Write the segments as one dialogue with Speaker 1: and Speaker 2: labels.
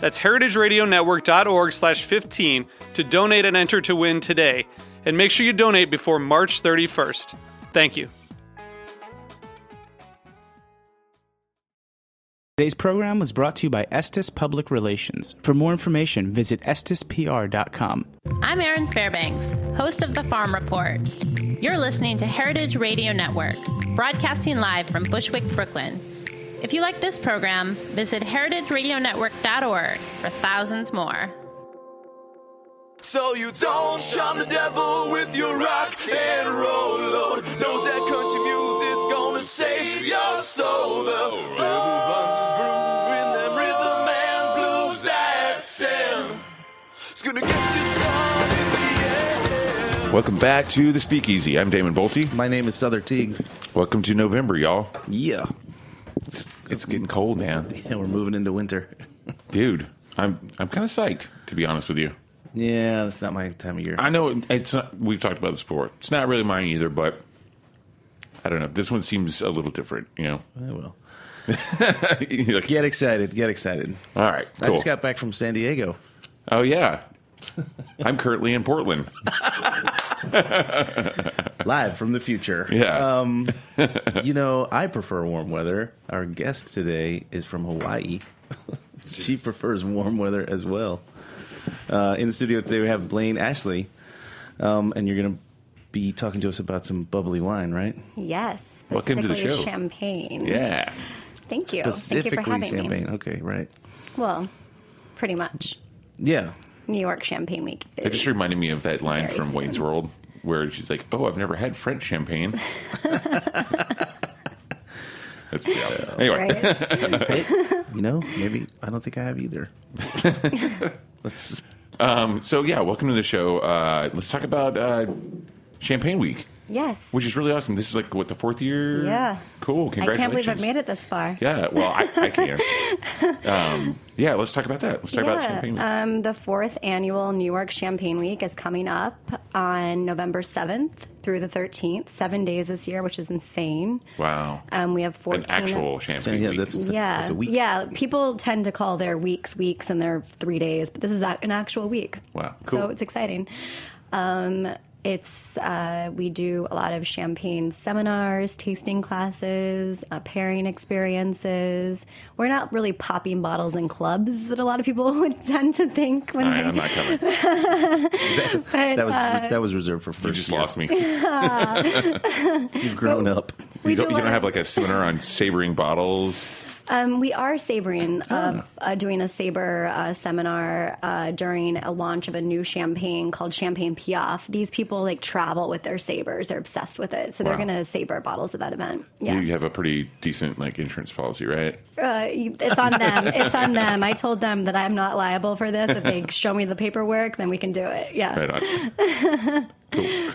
Speaker 1: That's heritageradionetwork.org slash 15 to donate and enter to win today. And make sure you donate before March 31st. Thank you.
Speaker 2: Today's program was brought to you by Estes Public Relations. For more information, visit estispr.com.
Speaker 3: I'm Erin Fairbanks, host of The Farm Report. You're listening to Heritage Radio Network, broadcasting live from Bushwick, Brooklyn. If you like this program, visit heritageradionetwork.org for thousands more.
Speaker 4: So you don't shun the devil with your rock and roll load. Knows that country music's gonna save your soul. The devil runs his groove in them rhythm and blues. That's him. It's gonna get you some in the end.
Speaker 5: Welcome back to the Speakeasy. I'm Damon Bolte.
Speaker 6: My name is Souther Teague.
Speaker 5: Welcome to November, y'all.
Speaker 6: Yeah.
Speaker 5: It's getting cold, man.
Speaker 6: And we're moving into winter.
Speaker 5: Dude, I'm I'm kind of psyched to be honest with you.
Speaker 6: Yeah, that's not my time of year.
Speaker 5: I know it- it's not, we've talked about this before. It's not really mine either, but I don't know. This one seems a little different, you know.
Speaker 6: I will.
Speaker 5: You're like,
Speaker 6: Oh, Get excited. Get excited.
Speaker 5: All right,
Speaker 6: I
Speaker 5: cool.
Speaker 6: just got back from San Diego.
Speaker 5: oh yeah. I'm currently in Portland.
Speaker 6: Live from the future.
Speaker 5: Yeah.
Speaker 6: Um, you know, I prefer warm weather. Our guest today is from Hawaii. she prefers warm weather as well. Uh, in the studio today, we have Blaine Ashley, um, and you're going to be talking to us about some bubbly wine, right?
Speaker 7: Yes.
Speaker 5: Welcome to the
Speaker 7: specifically
Speaker 5: show.
Speaker 7: Champagne.
Speaker 5: Yeah.
Speaker 7: Thank you. Thank you for
Speaker 6: Specifically
Speaker 7: having
Speaker 6: champagne.
Speaker 7: me.
Speaker 6: Okay, right.
Speaker 7: Well, pretty much.
Speaker 6: Yeah.
Speaker 7: New York Champagne Week.
Speaker 5: It just
Speaker 7: is-
Speaker 5: reminded me of that line
Speaker 7: Very
Speaker 5: from
Speaker 7: soon.
Speaker 5: Wayne's World where she's like, "Oh, I've never had French champagne." That's pretty awesome. Anyway,
Speaker 7: Right?
Speaker 6: You know, maybe I don't think I have either. Let's
Speaker 5: so yeah, welcome to the show. Uh, let's talk about uh, Champagne Week,
Speaker 7: yes.
Speaker 5: which is really awesome. This is like what the fourth year.
Speaker 7: Yeah.
Speaker 5: cool.
Speaker 7: I
Speaker 5: Congratulations.
Speaker 7: can't believe I've made it this far.
Speaker 5: Yeah, well, I, I can. um, yeah, let's talk about that. Let's talk about
Speaker 7: Yeah,
Speaker 5: Champagne Week.
Speaker 7: Um, the fourth annual New York Champagne Week is coming up on November 7th through the 13th, seven days this year, which is insane.
Speaker 5: wow,
Speaker 7: Um, we have 14.
Speaker 5: an actual Champagne
Speaker 6: yeah,
Speaker 5: Week.
Speaker 6: that's, that's,
Speaker 7: yeah,
Speaker 6: that's a week.
Speaker 7: yeah. People tend to call their weeks weeks and their three days, but this is a- an actual week.
Speaker 5: Wow, cool.
Speaker 7: So it's exciting. Um, it's uh, we do a lot of champagne seminars, tasting classes, uh, pairing experiences. We're not really popping bottles in clubs that a lot of people would tend to think when
Speaker 5: All right, I'm
Speaker 7: they.
Speaker 5: not coming.
Speaker 6: That was
Speaker 7: uh,
Speaker 6: that was reserved for first.
Speaker 5: You just
Speaker 6: year.
Speaker 5: lost me. You
Speaker 6: You've grown up.
Speaker 7: We
Speaker 5: don't,
Speaker 7: do a
Speaker 5: you
Speaker 7: lot
Speaker 5: don't
Speaker 7: of-
Speaker 5: have like a seminar on sabering bottles.
Speaker 7: Um, we are savoring of
Speaker 5: Ah.
Speaker 7: uh, doing a saber uh, seminar uh, during a launch of a new champagne called Champagne Piaf. These people like travel with their sabers; they're obsessed with it, so they're
Speaker 5: Wow.
Speaker 7: going to saber bottles at that event.
Speaker 5: You-
Speaker 7: Yeah,
Speaker 5: You have a pretty decent like insurance policy, right?
Speaker 7: Uh, it's on them. it's on them. I told them that I'm not liable for this. If they show me the paperwork, then we can do it. Yeah,
Speaker 5: Right on.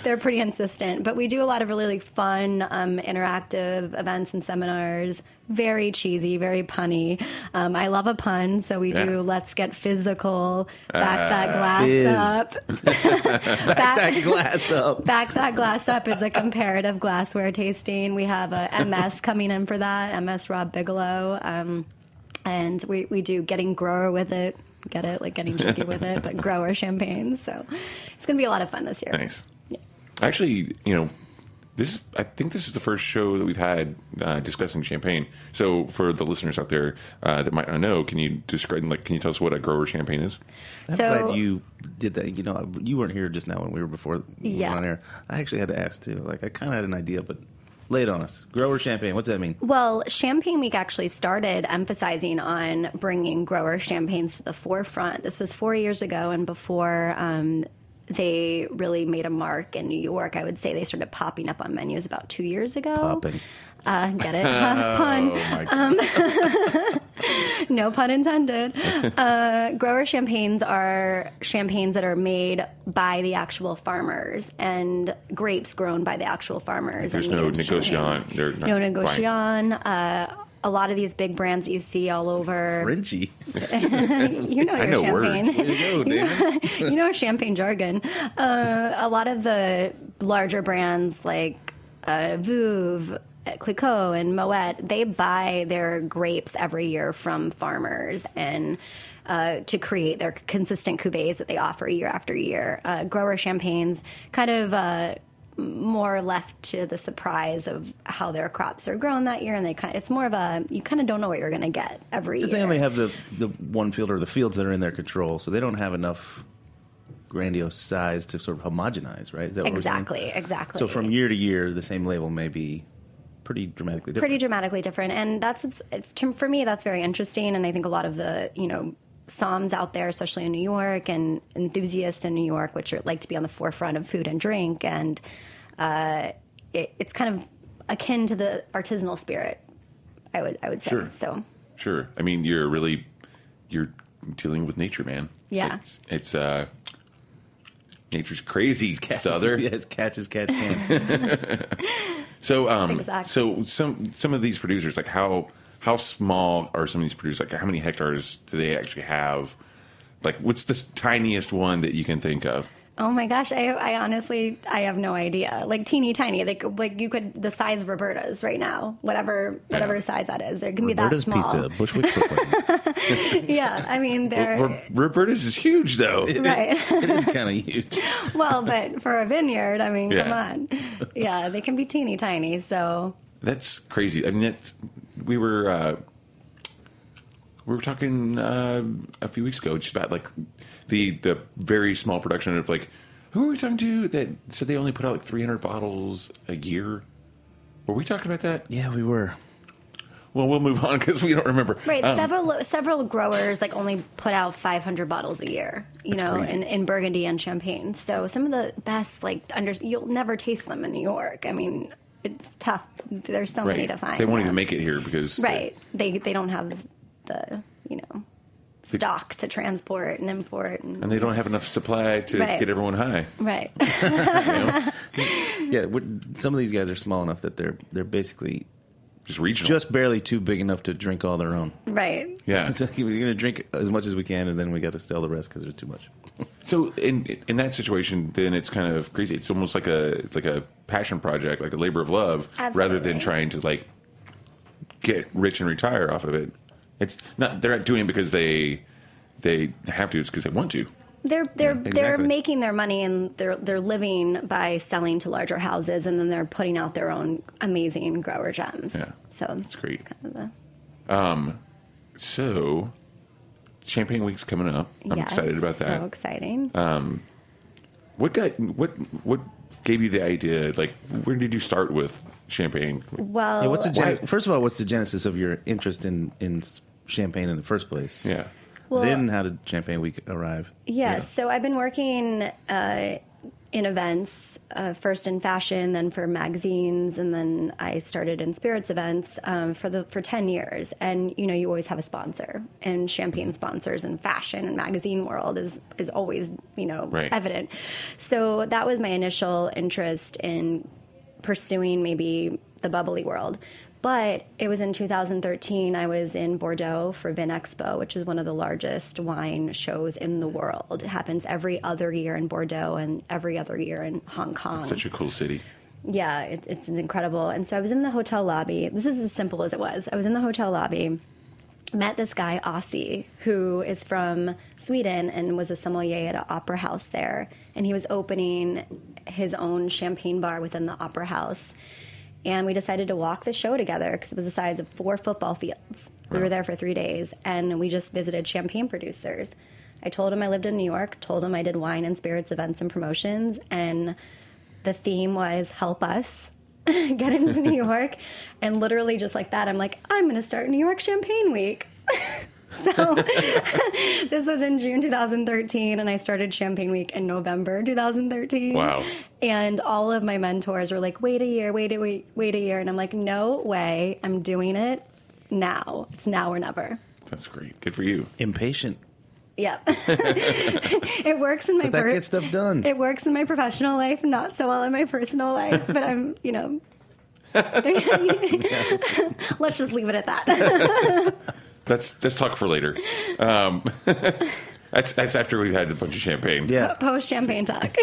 Speaker 7: they're pretty insistent. But we do a lot of really, really fun, um, interactive events and seminars. Very cheesy, very punny. Um, I love a pun, so we
Speaker 5: Yeah.
Speaker 7: do. Let's get physical. Back that glass
Speaker 6: fizz.
Speaker 7: up. back,
Speaker 6: That glass up.
Speaker 7: back that glass up is a comparative glassware tasting. We have a MS coming in for that. MS Rob Bigelow, um, and we we do getting grower with it. Get it, like getting tricky with it, but grower champagne. So it's going to be a lot of fun this year.
Speaker 5: Nice. Actually, you know, This is, I think this is the first show that we've had uh, discussing champagne. So for the listeners out there uh, that might not know, can you describe like can you tell us what a grower champagne is?
Speaker 6: I'm
Speaker 7: So-
Speaker 6: glad you did that. You know, you weren't here just now when we were before we
Speaker 7: Yeah.
Speaker 6: went on air. I actually had to ask too. Like, I kind of had an idea, but lay it on us. Grower champagne. What's that mean?
Speaker 7: Well, Champagne Week actually started emphasizing on bringing grower champagnes to the forefront. This was four years ago, and before um, they really made a mark in New York, I would say they started popping up on menus about two years ago.
Speaker 6: Popping.
Speaker 7: Uh, get it? Pun.
Speaker 5: Oh,
Speaker 7: Um,
Speaker 5: my God.
Speaker 7: No pun intended. uh, grower champagnes are champagnes that are made by the actual farmers and grapes grown by the actual farmers.
Speaker 5: There's
Speaker 7: and made
Speaker 5: no
Speaker 7: into champagne.
Speaker 5: negociant. They're not
Speaker 7: No
Speaker 5: buying-
Speaker 7: negociant. Uh, a lot of these big brands that you see all over.
Speaker 6: Frenchie.
Speaker 7: You know your
Speaker 5: know
Speaker 7: champagne.
Speaker 5: words.
Speaker 6: There you go, David.
Speaker 7: you know champagne jargon. Uh, a lot of the larger brands like uh, Vouv, Clicquot, and Moet, they buy their grapes every year from farmers and. Uh, to create their consistent cuvées that they offer year after year, uh, grower champagnes kind of uh, more left to the surprise of how their crops are grown that year, and they kind it's more of a you kind of don't know what you're going to get every year.
Speaker 6: They only have the the one field or the fields that are in their control, so they don't have enough grandiose size to sort of homogenize, right? Is that what we're saying?
Speaker 7: exactly, exactly.
Speaker 6: So from year to year, the same label may be pretty dramatically different.
Speaker 7: pretty dramatically different and that's it's, it's, to- for me that's very interesting and i think a lot of the you know psalms out there especially in new york and enthusiasts in new york which are like to be on the forefront of food and drink and uh, it, it's kind of akin to the artisanal spirit i would i would say
Speaker 5: Sure.
Speaker 7: so
Speaker 5: Sure. I mean, you're really you're dealing with nature, man.
Speaker 7: Yeah.
Speaker 5: It's, it's uh nature's crazy, Souther.
Speaker 6: yes, catch as catch can.
Speaker 5: So um
Speaker 7: Exactly.
Speaker 5: so some some of these producers like how how small are some of these producers like how many hectares do they actually have? Like what's the tiniest one that you can think of?
Speaker 7: oh my gosh i, I honestly i have no idea like teeny tiny like like you could the size of roberta's right now whatever
Speaker 5: I know.
Speaker 7: whatever size that is there can
Speaker 6: Roberta's
Speaker 7: be that small
Speaker 6: Pizza, Bushwick, Brooklyn.
Speaker 7: yeah i mean they're
Speaker 5: Ro- Roberta's is huge though.
Speaker 7: right
Speaker 6: it is kind of huge.
Speaker 7: well, but for a vineyard, I mean,
Speaker 5: Yeah.
Speaker 7: come on. Yeah, they can be teeny tiny. So,
Speaker 5: That's crazy. I mean, that's, we were uh, we were talking uh, a few weeks ago just about like the the very small production of like who were we talking to that said they only put out like 300 bottles a year. Were we talking about that?
Speaker 6: Yeah, we were.
Speaker 5: Well, we'll move on because we don't remember.
Speaker 7: right,
Speaker 5: Um,
Speaker 7: several several growers like only put out 500 bottles a year, you know,
Speaker 5: crazy.
Speaker 7: in, in Burgundy and Champagne. So, some of the best like under you'll never taste them in New York. I mean, it's tough. There's so many
Speaker 5: right.
Speaker 7: to find.
Speaker 5: They won't
Speaker 7: now.
Speaker 5: even make it here because
Speaker 7: Right. They they don't have the, you know, stock to transport and import and,
Speaker 5: and they don't have enough supply to
Speaker 7: Right.
Speaker 5: get everyone high.
Speaker 7: right.
Speaker 5: you know?
Speaker 6: Yeah, we're- some of these guys are small enough that they're they're basically
Speaker 5: just regional.
Speaker 6: just barely too big enough to drink all their own.
Speaker 7: right.
Speaker 5: yeah.
Speaker 6: So we're going to drink as much as we can, and then we got to sell the rest because there's too much.
Speaker 5: So in in that situation, then it's kind of crazy. It's almost like a like a passion project, like a labor of love, rather
Speaker 7: Absolutely.
Speaker 5: than trying to like get rich and retire off of it. It's not they're not doing it because they they have to. It's because they want to.
Speaker 7: They're they're they're
Speaker 6: exactly.
Speaker 7: making their money and they're they're living by selling to larger houses and then they're putting out their own amazing grower gems.
Speaker 5: Yeah.
Speaker 7: So
Speaker 5: It's great.
Speaker 7: kind of the-
Speaker 5: So Champagne Week's coming up. I'm
Speaker 7: Yes,
Speaker 5: excited about that. Uh,
Speaker 7: So exciting.
Speaker 5: What got what what gave you the idea? Like, where did you start with champagne?
Speaker 7: well,
Speaker 6: Yeah, what's the
Speaker 5: Why-
Speaker 6: gen- first of all? What's the genesis of your interest in in s- champagne in the first place?
Speaker 5: Yeah.
Speaker 7: Well-
Speaker 6: then how did Champagne Week arrive?
Speaker 7: Yes. So I've been working uh, in events, uh, first in fashion, then for magazines, and then I started in spirits events um, for the for ten years. And you know, you always have a sponsor, and champagne sponsors in fashion and magazine world is is always you know
Speaker 5: Right.
Speaker 7: evident. So that was my initial interest in pursuing maybe the bubbly world. But it was in 2013, I was in Bordeaux for Vin Expo, which is one of the largest wine shows in the world. It happens every other year in Bordeaux and every other year in Hong Kong.
Speaker 5: Such a cool city.
Speaker 7: yeah, it, it's incredible. And so I was in the hotel lobby. This is as simple as it was. I was in the hotel lobby, met this guy, Ossie, who is from Sweden and was a sommelier at an opera house there. And he was opening his own champagne bar within the opera house. And we decided to walk the show together because it was the size of four football fields. We were there for three days and we just visited champagne producers. I told him I lived in New York, told him I did wine and spirits events and promotions, and the theme was help us get into New York. And literally, just like that, I'm like, I'm going to start New York Champagne Week. so this was in June 2013, and I started Champagne Week in November 2013.
Speaker 5: Wow.
Speaker 7: And all of my mentors were like, wait a year, wait a wait, wait a year. And I'm like, no way, I'm doing it now. It's now or never.
Speaker 5: That's great. Good for you.
Speaker 6: Impatient.
Speaker 7: Yep. it works in my
Speaker 6: But that
Speaker 7: per-
Speaker 6: gets stuff done.
Speaker 7: It works in my professional life, not so well in my personal life, but I'm, you know. Let's just leave it at that.
Speaker 5: That's that's talk for later. Um, that's that's after we've had a bunch of champagne.
Speaker 6: Yeah.
Speaker 7: Post champagne talk.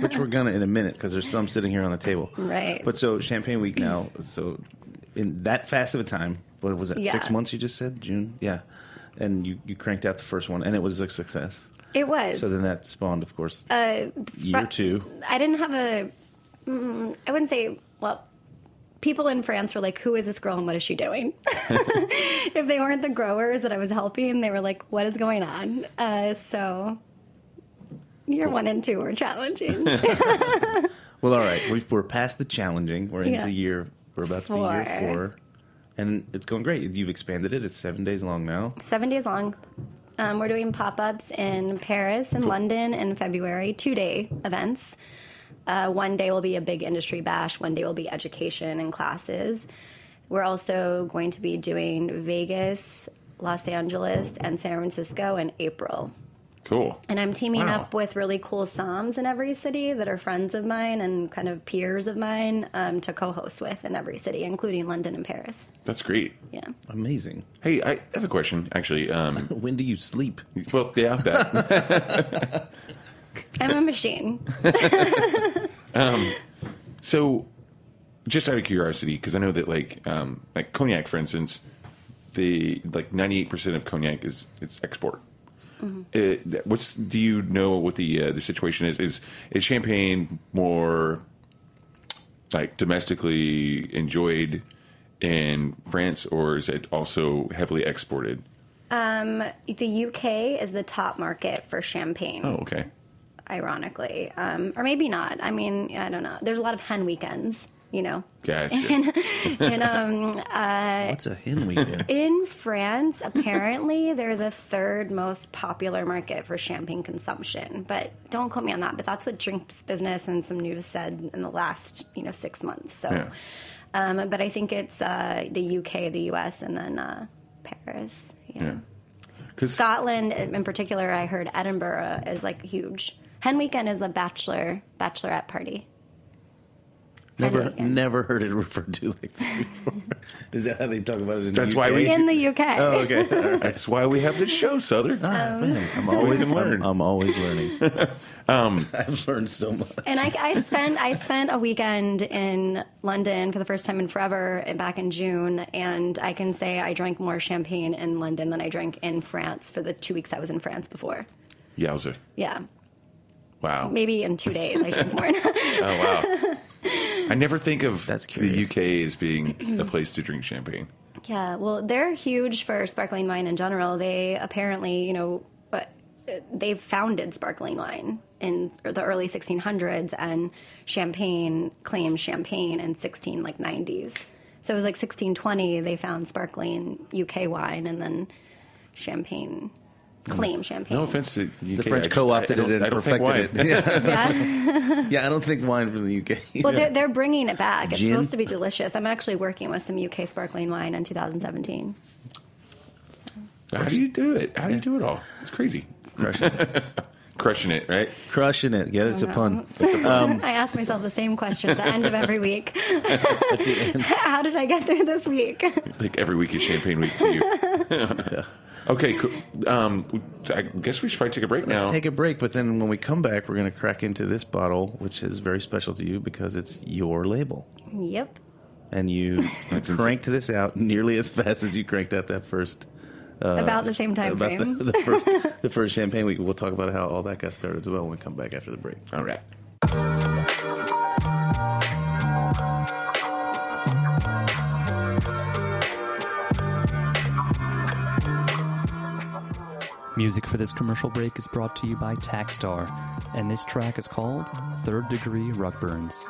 Speaker 6: which we're gonna in a minute because there's some sitting here on the table.
Speaker 7: Right.
Speaker 6: But so Champagne Week now, so in that fast of a time, what was that?
Speaker 7: Yeah.
Speaker 6: Six months you just said June, yeah. And you you cranked out the first one, and it was a success.
Speaker 7: It was.
Speaker 6: So then that spawned, of course,
Speaker 7: uh,
Speaker 6: year
Speaker 7: fr-
Speaker 6: two.
Speaker 7: I didn't have a. Mm, I wouldn't say. Well, people in France were like, "Who is this girl and what is she doing?" if they weren't the growers that I was helping, they were like, "What is going on?" Uh, so, year one and two were challenging.
Speaker 6: Well, all right, we've, we're past the challenging. We're
Speaker 7: Yeah.
Speaker 6: into year. We're about to be year
Speaker 7: Four.
Speaker 6: four, and it's going great. You've expanded it. It's seven days long now.
Speaker 7: Seven days long. Um, we're doing pop ups in Paris and London in February, two day events. Uh, one day will be a big industry bash, one day will be education and classes. We're also going to be doing Vegas, Los Angeles, and San Francisco in April.
Speaker 5: Cool.
Speaker 7: And I'm teaming
Speaker 5: Wow.
Speaker 7: up with really cool SOMs in every city that are friends of mine and kind of peers of mine um, to co host with in every city, including London and Paris.
Speaker 5: That's great.
Speaker 7: Yeah.
Speaker 6: Amazing.
Speaker 5: Hey, I have a question actually. Um,
Speaker 6: When do you sleep?
Speaker 5: well, yeah, that.
Speaker 7: I'm a machine.
Speaker 5: so, just out of curiosity, because I know that like um, like cognac, for instance, the like ninety eight percent of cognac is it's export. Uh, that- what's do you know what the uh, the situation is? Is is champagne more like domestically enjoyed in France, or is it also heavily exported?
Speaker 7: The UK is the top market for champagne,
Speaker 5: Oh, okay.
Speaker 7: ironically, um, or maybe not. I mean, I don't know. There's a lot of hen weekends, you know.
Speaker 5: Gotcha.
Speaker 7: And um,
Speaker 6: What's a hen weekend?
Speaker 7: in France, apparently, they're the third most popular market for champagne consumption. But don't quote me on that. But that's what Drinks Business and some news said in the last, you know, six months. So,
Speaker 5: Yeah.
Speaker 7: um, but I think it's uh, the UK, the US, and then uh, Paris.
Speaker 5: Yeah. Because
Speaker 7: Scotland, in particular, I heard Edinburgh is like huge. Hen weekend is a bachelor bachelorette party. Hen
Speaker 6: never,
Speaker 7: weekends.
Speaker 6: never heard it referred to like that before. Is that how they talk about it? In
Speaker 5: That's
Speaker 6: the
Speaker 5: why
Speaker 6: UK?
Speaker 5: we-
Speaker 7: in the UK.
Speaker 6: Oh, okay. All right.
Speaker 5: that's why we have this show, Souther.
Speaker 6: Man, I'm always Um,
Speaker 5: can learn.
Speaker 6: learning. I'm, always learning. I've learned so much.
Speaker 7: And I, I spent I spent a weekend in London for the first time in forever, and back in June. And I can say I drank more champagne in London than I drank in France for the two weeks I was in France before.
Speaker 5: Yowza.
Speaker 7: Yeah,
Speaker 5: Wow.
Speaker 7: maybe in two days I drank more.
Speaker 5: Oh wow! I never think of
Speaker 6: That's
Speaker 5: the
Speaker 6: curious.
Speaker 5: UK as being a place to drink champagne.
Speaker 7: Yeah, well, they're huge for sparkling wine in general. They apparently, you know, but uh, they founded sparkling wine in the early 1600s, and champagne claimed champagne in 16 like 90s. So it was like 1620 they found sparkling UK wine, and then champagne claim champagne.
Speaker 5: No offense to UK.
Speaker 6: The
Speaker 5: I
Speaker 6: French
Speaker 5: just-
Speaker 6: co-opted
Speaker 5: I don't-
Speaker 6: it and
Speaker 5: I don't think
Speaker 6: perfected
Speaker 5: wine.
Speaker 6: it. Yeah.
Speaker 7: Yeah.
Speaker 6: yeah, I don't think wine from the UK.
Speaker 7: Well, they're, they're bringing it back. It's
Speaker 6: Gin?
Speaker 7: supposed to be delicious. I'm actually working with some UK sparkling wine in 2017.
Speaker 5: How do you do it? How do you do it all? It's crazy.
Speaker 6: Crushing it.
Speaker 5: Crushing it, right?
Speaker 6: Crushing it. Yeah, Oh, it's a pun. Um,
Speaker 7: I ask myself the same question at the end of every week. How did I get through this week?
Speaker 5: Like every week is champagne week to you. okay, cool. um, I guess we should probably take a break now.
Speaker 6: Let's take a break, but then when we come back, we're going to crack into this bottle, which is very special to you because it's your label.
Speaker 7: yep.
Speaker 6: And you
Speaker 5: insane.
Speaker 6: cranked this out nearly as fast as you cranked out that first.
Speaker 7: About the same time
Speaker 6: Uh, about
Speaker 7: frame.
Speaker 6: the, the first the first champagne week. We'll talk about how all that got started as well when we come back after the break.
Speaker 5: all right.
Speaker 8: Music for this commercial break is brought to you by Tackstar, and this track is called Third Degree Rugburns.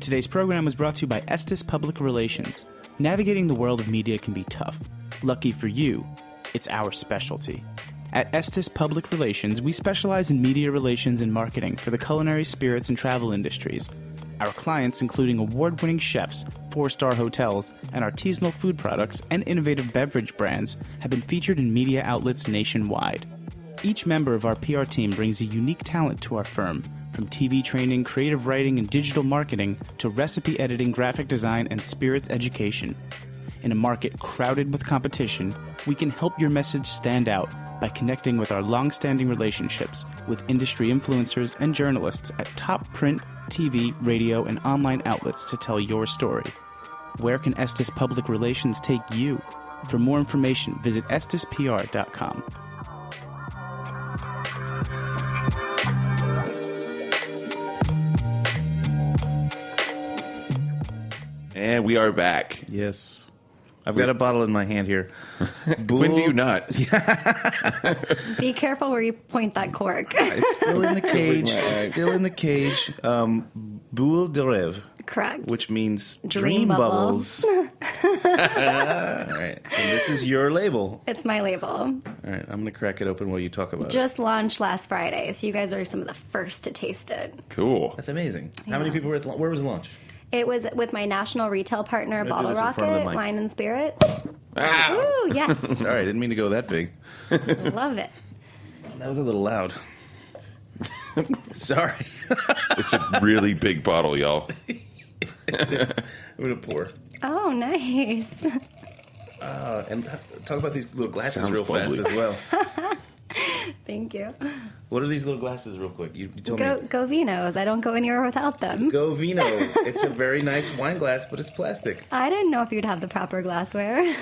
Speaker 2: Today's program was brought to you by Estes Public Relations. Navigating the world of media can be tough. Lucky for you, it's our specialty. At Estes Public Relations, we specialize in media relations and marketing for the culinary, spirits, and travel industries. Our clients, including award winning chefs, four star hotels, and artisanal food products and innovative beverage brands, have been featured in media outlets nationwide. Each member of our PR team brings a unique talent to our firm, from TV training, creative writing, and digital marketing to recipe editing, graphic design, and spirits education. In a market crowded with competition, we can help your message stand out by connecting with our long standing relationships with industry influencers and journalists at top print, TV, radio, and online outlets to tell your story. Where can Estes Public Relations take you? For more information, visit estispr.com.
Speaker 5: And we are back.
Speaker 6: Yes. I've got a bottle in my hand here.
Speaker 5: When do you not?
Speaker 7: Be careful where you point that cork.
Speaker 6: It's still in the cage. It's still in the cage. Um, boule de rêve,
Speaker 7: Correct.
Speaker 6: which means dream,
Speaker 7: Dream
Speaker 6: bubbles.
Speaker 7: bubbles.
Speaker 6: All right. And this is your label.
Speaker 7: it's my label.
Speaker 6: All right. I'm going to crack it open while you talk about it.
Speaker 7: Just launched last Friday, so you guys are some of the first to taste it.
Speaker 5: Cool.
Speaker 6: That's amazing. How many people were at the, where was the launch?
Speaker 7: It was with my national retail partner,
Speaker 6: do
Speaker 7: Bottle
Speaker 6: this in front of the
Speaker 7: Rocket,
Speaker 6: mic.
Speaker 7: Wine and Spirit.
Speaker 5: Ah,
Speaker 7: Ooh, yes,
Speaker 6: Sorry, I didn't mean to go that big.
Speaker 7: love it.
Speaker 6: That was a little loud. Sorry.
Speaker 5: it's a really big bottle, y'all.
Speaker 6: I'm going to pour.
Speaker 7: Oh, nice.
Speaker 6: Uh, and talk about these little glasses
Speaker 5: Sounds
Speaker 6: real
Speaker 5: bubbly.
Speaker 6: fast as well.
Speaker 7: Thank you.
Speaker 6: What are these little glasses, real quick? You, you told
Speaker 7: Go,
Speaker 6: me.
Speaker 7: go Vinos. I don't go anywhere without them.
Speaker 6: Go vino. it's a very nice wine glass, but it's plastic.
Speaker 7: I didn't know if you'd have the proper glassware.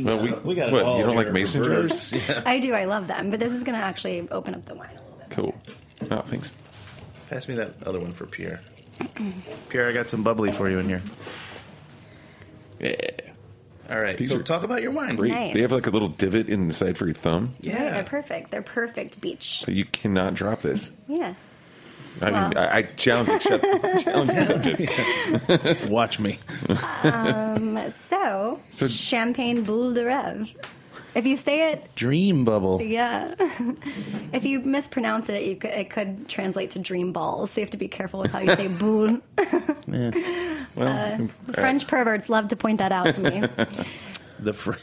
Speaker 5: Well, we,
Speaker 6: We got it
Speaker 5: what,
Speaker 6: all
Speaker 5: You don't
Speaker 6: here.
Speaker 5: like mason jars?
Speaker 6: Reverse. Yeah.
Speaker 7: I do. I love them, but this is going to actually open up the wine a little bit.
Speaker 5: Cool. Oh, thanks.
Speaker 6: Pass me that other one for Pierre. Pierre, I got some bubbly for you in here.
Speaker 5: Yeah.
Speaker 6: All right.
Speaker 5: These
Speaker 6: so
Speaker 5: are
Speaker 6: talk about your wine.
Speaker 5: Great.
Speaker 7: Nice.
Speaker 5: They have like a little divot in the side for your thumb.
Speaker 7: Right,
Speaker 6: Yeah.
Speaker 7: they're perfect. They're perfect beach.
Speaker 5: So you cannot drop this.
Speaker 7: Yeah.
Speaker 5: I mean, I, I challenge accept, challenge accepted.
Speaker 6: Watch me.
Speaker 7: So,
Speaker 5: So-
Speaker 7: champagne boule de rêve. If you say it,
Speaker 6: Dream bubble.
Speaker 7: yeah. if you mispronounce it, you could, it could translate to dream balls. So you have to be careful with how you say boule. Uh,
Speaker 5: Well, uh,
Speaker 7: French perverts love to point that out to me.
Speaker 6: The French.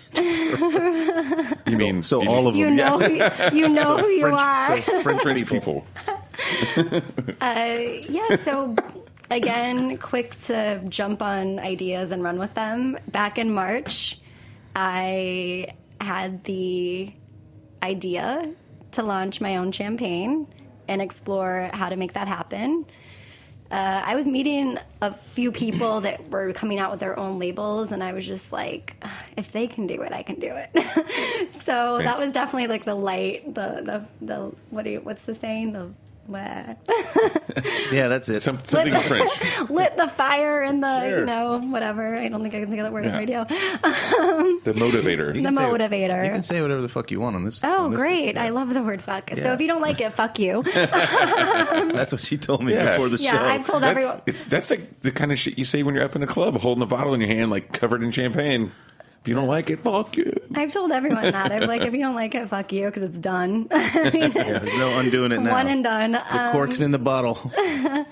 Speaker 5: you mean
Speaker 6: So
Speaker 5: you
Speaker 6: all of
Speaker 7: You
Speaker 6: them.
Speaker 7: know, who, you know who you
Speaker 6: French,
Speaker 7: are.
Speaker 6: So French,
Speaker 5: French
Speaker 6: people.
Speaker 5: people.
Speaker 7: yeah, so again, quick to jump on ideas and run with them. Back in March, I had the idea to launch my own champagne and explore how to make that happen. Uh, I was meeting a few people that were coming out with their own labels, and I was just like, if they can do it, I can do it. so that
Speaker 5: Thanks.
Speaker 7: was definitely like the light, the the the what do you, what's the saying? The what?
Speaker 6: Yeah, that's it.
Speaker 5: Some, something French.
Speaker 7: lit the fire and the
Speaker 6: Sure.
Speaker 7: you know whatever. I don't think I can think of that word
Speaker 5: Yeah.
Speaker 7: on radio.
Speaker 5: The motivator.
Speaker 7: The
Speaker 6: You can say-
Speaker 7: motivator.
Speaker 6: You can say whatever the fuck you want on this.
Speaker 7: Oh,
Speaker 6: on this
Speaker 7: great!
Speaker 6: thing.
Speaker 7: I love the word "fuck." So
Speaker 6: Yeah.
Speaker 7: if you don't like it, fuck you.
Speaker 6: That's what she told me
Speaker 5: Yeah.
Speaker 6: before the
Speaker 7: Yeah,
Speaker 6: show.
Speaker 7: I've told
Speaker 5: That's,
Speaker 7: everyone.
Speaker 5: it's, that's like the kind of shit you say when you're up in a club, holding a bottle in your hand, like covered in champagne. If you don't like it, fuck you.
Speaker 7: I've told everyone that. I'm like, if you don't like it, fuck you, because it's done. I mean,
Speaker 6: There's no undoing it now.
Speaker 7: One and done. Um,
Speaker 6: The cork's in the bottle.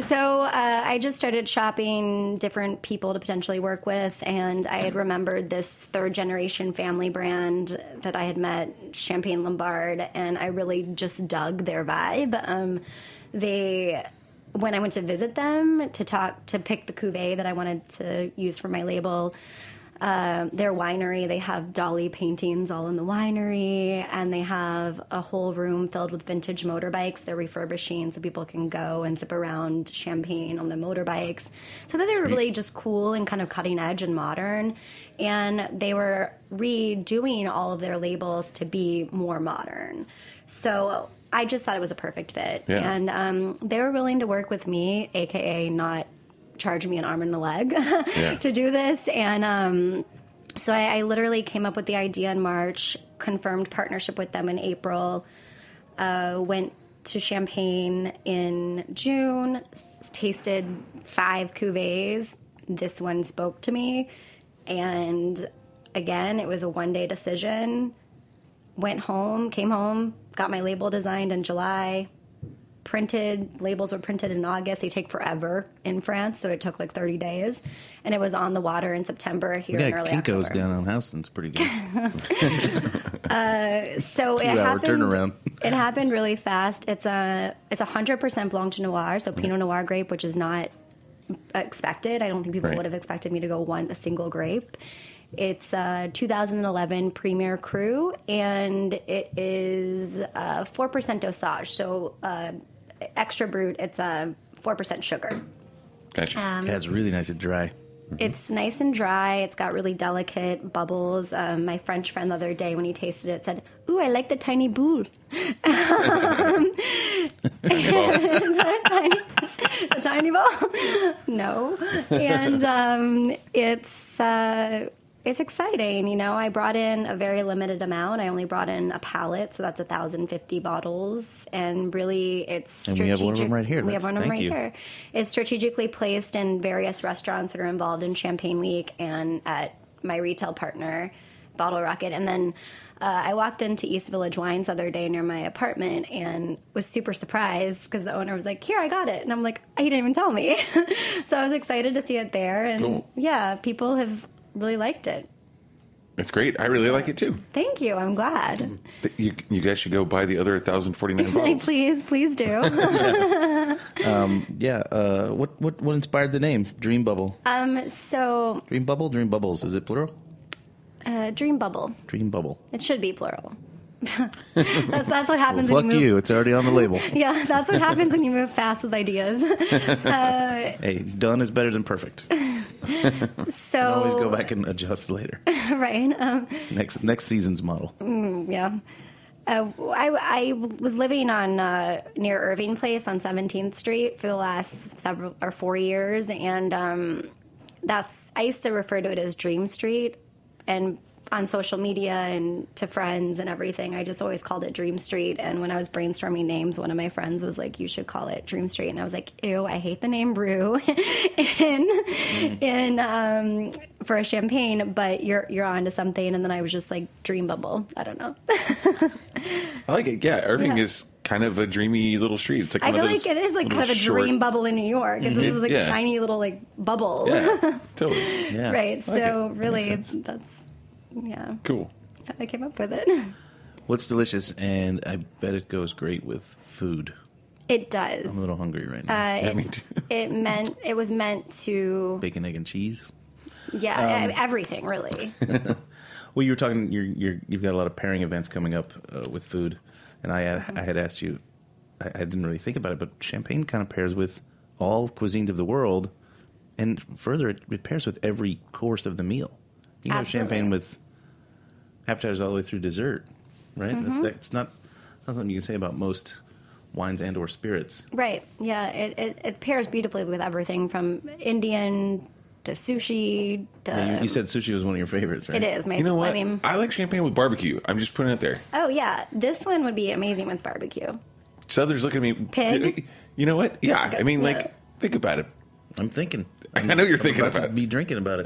Speaker 7: So uh, I just started shopping different people to potentially work with, and I had remembered this third generation family brand that I had met, Champagne Lombard, and I really just dug their vibe. Um, they, when I went to visit them to talk to pick the cuvee that I wanted to use for my label, their winery. They have Dolly paintings all in the winery, and they have a whole room filled with vintage motorbikes. They're refurbishing so people can go and zip around champagne on the motorbikes. So that they were really just cool and kind of cutting edge and modern. And they were redoing all of their labels to be more modern. So I just thought it was a perfect fit.
Speaker 5: Yeah.
Speaker 7: And um, they were willing to work with me, aka not charge me an arm and a leg to do this. And um, so I, I literally came up with the idea in March, confirmed partnership with them in April, uh, went to Champagne in June, tasted five cuvées. This one spoke to me. And again, it was a one day decision went home, came home, got my label designed in July, printed, labels were printed in August. They take forever in France, so it took like 30 days. And it was on the water in September here
Speaker 6: Yeah,
Speaker 7: in early
Speaker 6: Kinko's
Speaker 7: October.
Speaker 6: down on Houston's pretty good.
Speaker 7: So it
Speaker 6: Two-hour
Speaker 7: happened,
Speaker 6: turnaround.
Speaker 7: it happened really fast. It's a it's 100% Blanc de Noir, so
Speaker 6: Mm-hmm.
Speaker 7: Pinot Noir grape, which is not expected. I don't think people
Speaker 5: Right.
Speaker 7: would have expected me to go one a single grape. It's a 2011 Premier Cru, and it is uh, 4% dosage, so uh, extra brut. It's a 4% sugar.
Speaker 5: Gotcha.
Speaker 7: um,
Speaker 6: yeah, it's really nice and dry. Mm-hmm.
Speaker 7: It's nice and dry. It's got really delicate bubbles. Um, my French friend the other day, when he tasted it, said, "Ooh, I like the tiny boule." Um, tiny, a tiny ball? no. And um, it's uh, it's exciting. You know, I brought in a very limited amount. I only brought in a pallet, so that's thousand fifty bottles. And really, it's
Speaker 6: And
Speaker 7: strategic.
Speaker 6: we have one of them right here.
Speaker 7: We have
Speaker 6: That's-
Speaker 7: one of them
Speaker 6: thank
Speaker 7: right
Speaker 6: you.
Speaker 7: here. It's strategically placed in various restaurants that are involved in Champagne Week and at my retail partner, Bottle Rocket. And then uh, I walked into East Village Wines the other day near my apartment and was super surprised because the owner was like, Here, I got it. And I'm like, He didn't even tell me. so I was excited to see it there. And
Speaker 5: Cool.
Speaker 7: yeah, people have really liked it.
Speaker 5: It's great. I really like it too.
Speaker 7: Thank you. I'm glad.
Speaker 5: Th- You, you guys should go buy the other 1,049 bottles.
Speaker 7: please, please do.
Speaker 6: Yeah. Uh, what what what inspired the name Dream Bubble?
Speaker 7: um, so,
Speaker 6: Dream Bubble. Dream Bubbles. Is it plural?
Speaker 7: uh, Dream Bubble.
Speaker 6: Dream Bubble.
Speaker 7: It should be plural. that's, that's what happens
Speaker 6: Fuck
Speaker 7: when you move.
Speaker 6: you. It's already on the label.
Speaker 7: Yeah, that's what happens when you move fast with ideas.
Speaker 6: hey, done is better than perfect.
Speaker 7: So
Speaker 6: Always go back and adjust later.
Speaker 7: right? Um,
Speaker 6: Next next season's model.
Speaker 7: yeah. Uh, I, I was living on uh, near Irving Place on 17th Street for the last several or four years, and um, that's I used to refer to it as Dream Street, and on social media and to friends and everything, I just always called it Dream Street. And when I was brainstorming names, one of my friends was like, "You should call it Dream Street," and I was like, "Ew, I hate the name Brew," in
Speaker 6: Mm.
Speaker 7: in um, for a champagne. But you're you're onto something. And then I was just like, "Dream Bubble." I don't know.
Speaker 5: I like it. Yeah, Irving
Speaker 7: Yeah.
Speaker 5: is kind of a dreamy little street. It's like
Speaker 7: I
Speaker 5: one
Speaker 7: feel
Speaker 5: of those
Speaker 7: like it is like kind of
Speaker 5: little
Speaker 7: a
Speaker 5: short- Mm-hmm.
Speaker 7: dream bubble in New York. It's This is like
Speaker 5: Yeah.
Speaker 7: a tiny little like bubble,
Speaker 5: Yeah, totally.
Speaker 6: Yeah.
Speaker 7: right?
Speaker 5: I like
Speaker 7: so
Speaker 5: it. That
Speaker 7: really,
Speaker 5: makes sense.
Speaker 7: that's yeah.
Speaker 5: Cool.
Speaker 7: how I came up with it.
Speaker 6: What's delicious, and I bet it goes great with food.
Speaker 7: It
Speaker 6: I'm a
Speaker 7: does.
Speaker 6: little hungry right now.
Speaker 7: Uh,
Speaker 5: Yeah, me
Speaker 7: it,
Speaker 5: too.
Speaker 7: it meant it was meant to
Speaker 6: Bacon, egg, and cheese.
Speaker 7: yeah
Speaker 5: Um,
Speaker 7: e- everything really.
Speaker 6: Well, you were talking. You're, you're, you've got a lot of pairing events coming up uh, with food, and I
Speaker 7: Mm-hmm.
Speaker 6: had, I had asked you. I, I didn't really think about it, but champagne kind of pairs with all cuisines of the world, and further, it, it pairs with every course of the meal. You can have
Speaker 7: Absolutely.
Speaker 6: champagne with appetizers all the way through dessert, right?
Speaker 7: Mm-hmm.
Speaker 6: That, that's not not something you can say about most wines and or spirits.
Speaker 7: Right. Yeah. It, it, it pairs beautifully with everything from Indian to sushi to.
Speaker 6: Yeah, you, you said sushi was one of your favorites, right?
Speaker 7: it is my.
Speaker 5: You know what?
Speaker 7: I mean,
Speaker 5: I like champagne with barbecue. I'm just putting it there.
Speaker 7: oh yeah, this one would be amazing with barbecue.
Speaker 5: Southers look at me.
Speaker 7: Pig?
Speaker 5: You know what? Yeah. I mean,
Speaker 7: Yeah.
Speaker 5: like, think about it.
Speaker 6: I'm thinking.
Speaker 5: I know you're thinking
Speaker 6: about
Speaker 5: about
Speaker 6: to
Speaker 5: it.
Speaker 6: be drinking about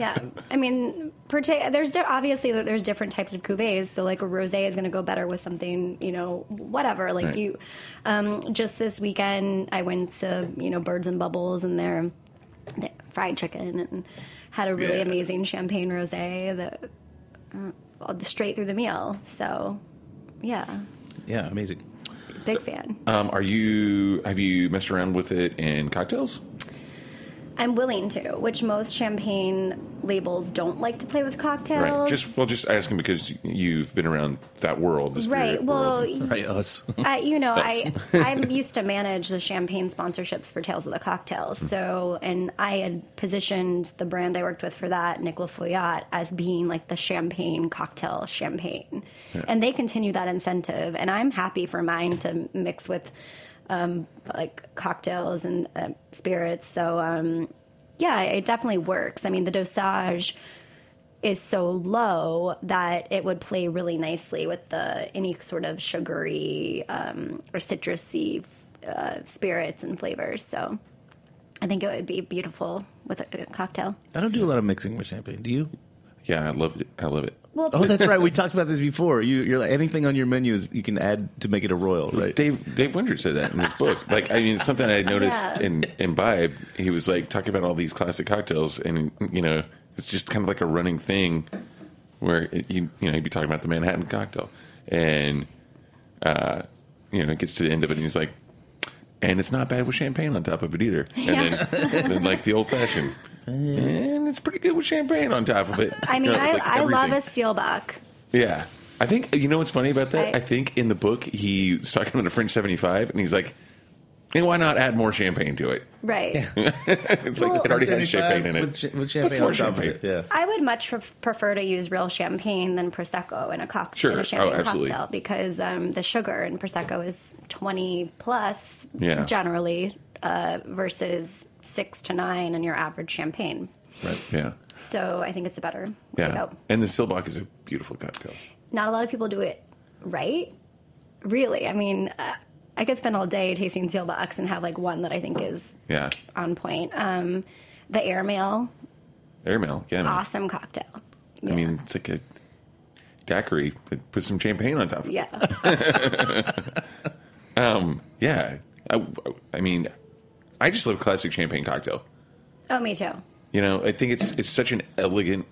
Speaker 7: yeah, I mean, parta- there's di- obviously that there's different types of cuvées. So like a rosé is going to go better with something, you know, whatever. Like
Speaker 5: Right.
Speaker 7: you, um, just this weekend I went to you know Birds and Bubbles and their, their fried chicken and had a really
Speaker 5: Yeah.
Speaker 7: amazing champagne rosé that uh, straight through the meal. So yeah,
Speaker 6: yeah, amazing.
Speaker 7: big fan.
Speaker 5: Uh, Um, are you? Have you messed around with it in cocktails?
Speaker 7: I'm willing to, which most champagne labels don't like to play with cocktails.
Speaker 5: Right. Just well, just asking because you've been around that world. the spirit
Speaker 7: Right. Well,
Speaker 5: world.
Speaker 6: Right, us.
Speaker 7: I, you know, I I used to manage the champagne sponsorships for Tales of the Cocktails. So, and I had positioned the brand I worked with for that, Nicola Foyat, as being like the champagne cocktail champagne, and they continue that incentive. And I'm happy for mine to mix with um, like cocktails and uh, spirits. So, um, yeah, it definitely works. I mean, the dosage is so low that it would play really nicely with the any sort of sugary um, or citrusy uh, spirits and flavors. So I think it would be beautiful with a, a cocktail.
Speaker 6: I don't do a lot of mixing with champagne. Do you?
Speaker 5: yeah, I love it. I love it.
Speaker 7: Well,
Speaker 6: Oh, that's right. We talked about this before. You, you're like anything on your menu is you can add to make it a royal, right?
Speaker 5: Dave Dave Windred said that in his book. Like, I mean, something I noticed
Speaker 7: Yeah.
Speaker 5: in imbibe. He was like talking about all these classic cocktails, and you know, it's just kind of like a running thing where it, you you know he'd be talking about the Manhattan cocktail, and uh, you know, it gets to the end of it, and he's like, and it's not bad with champagne on top of it either, and then, then like the old fashioned, and it's pretty good with champagne on top of it.
Speaker 7: I mean,
Speaker 5: You know,
Speaker 7: I,
Speaker 5: like
Speaker 7: I love a
Speaker 5: everything.
Speaker 7: sealbach.
Speaker 5: Yeah. I think you know what's funny about that?
Speaker 7: I-
Speaker 5: I, think in the book he's talking about a French seventy five and he's like, And why not add more champagne to it?
Speaker 7: Right.
Speaker 5: It's like it already has champagne in it.
Speaker 6: With, cha- with champagne
Speaker 5: more
Speaker 6: on top of
Speaker 5: champagne.
Speaker 6: it, Yeah.
Speaker 7: I would much pref- prefer to use real champagne than prosecco in a cocktail, in
Speaker 5: Sure.
Speaker 7: a champagne
Speaker 5: Oh, absolutely.
Speaker 7: cocktail, because um, the sugar in prosecco is twenty plus
Speaker 5: Yeah.
Speaker 7: generally uh, versus six to nine in your average champagne.
Speaker 5: right. Yeah.
Speaker 7: So I think it's a better way to
Speaker 5: Yeah.
Speaker 7: go.
Speaker 5: And the Silbach is a beautiful cocktail.
Speaker 7: Not a lot of people do it right. Really, I mean, uh, I could spend all day tasting seal box and have like one that I think is
Speaker 5: Yeah.
Speaker 7: on point. Um, the airmail,
Speaker 5: Airmail, yeah. man.
Speaker 7: awesome cocktail.
Speaker 5: I mean, it's like a daiquiri that put some champagne on top of it.
Speaker 7: Yeah,
Speaker 5: Yeah. I, I mean I just love classic champagne cocktail.
Speaker 7: oh me too.
Speaker 5: You know, I think it's it's such an elegant